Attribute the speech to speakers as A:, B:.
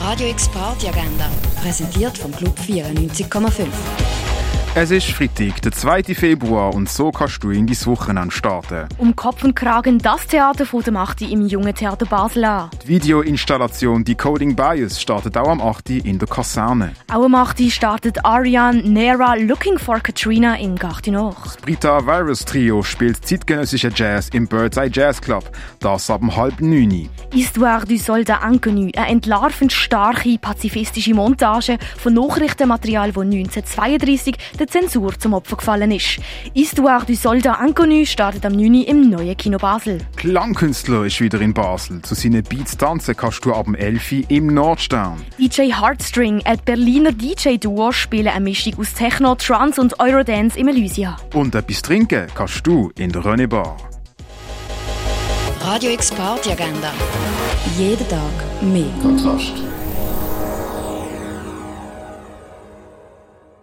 A: Radio X Agenda, präsentiert vom Club 94,5.
B: Es ist Freitag, der 2. Februar, und so kannst du in dein Wochenende starten.
C: Um Kopf und Kragen das Theater von der Machti im Jungen Theater Basel an.
B: Die Videoinstallation Decoding Bias startet auch am 8. in der Kaserne.
C: Auch am 8. startet Ariane Nera Looking for Katrina in Gardinoch.
B: Das Brita Virus Trio spielt zeitgenössischen Jazz im Birdseye Jazz Club, das ab um halb neun.
C: Histoire du Soldat Inconnu, eine entlarvend starke pazifistische Montage von Nachrichtenmaterial, das 1932 der Zensur zum Opfer gefallen ist. Histoire du Soldat Inconnu startet am 9. Uhr im neuen Kino Basel.
B: Klangkünstler ist wieder in Basel. Zu seinen Beats tanzen kannst du ab dem 11. Uhr im Nordstern.
C: DJ Heartstring, ein Berliner DJ-Duo, spielen eine Mischung aus Techno, Trance und Eurodance im Elysia.
B: Und etwas trinken kannst du in der René Bar.
A: Radio X Agenda, jeden Tag mehr.
D: Kontrast.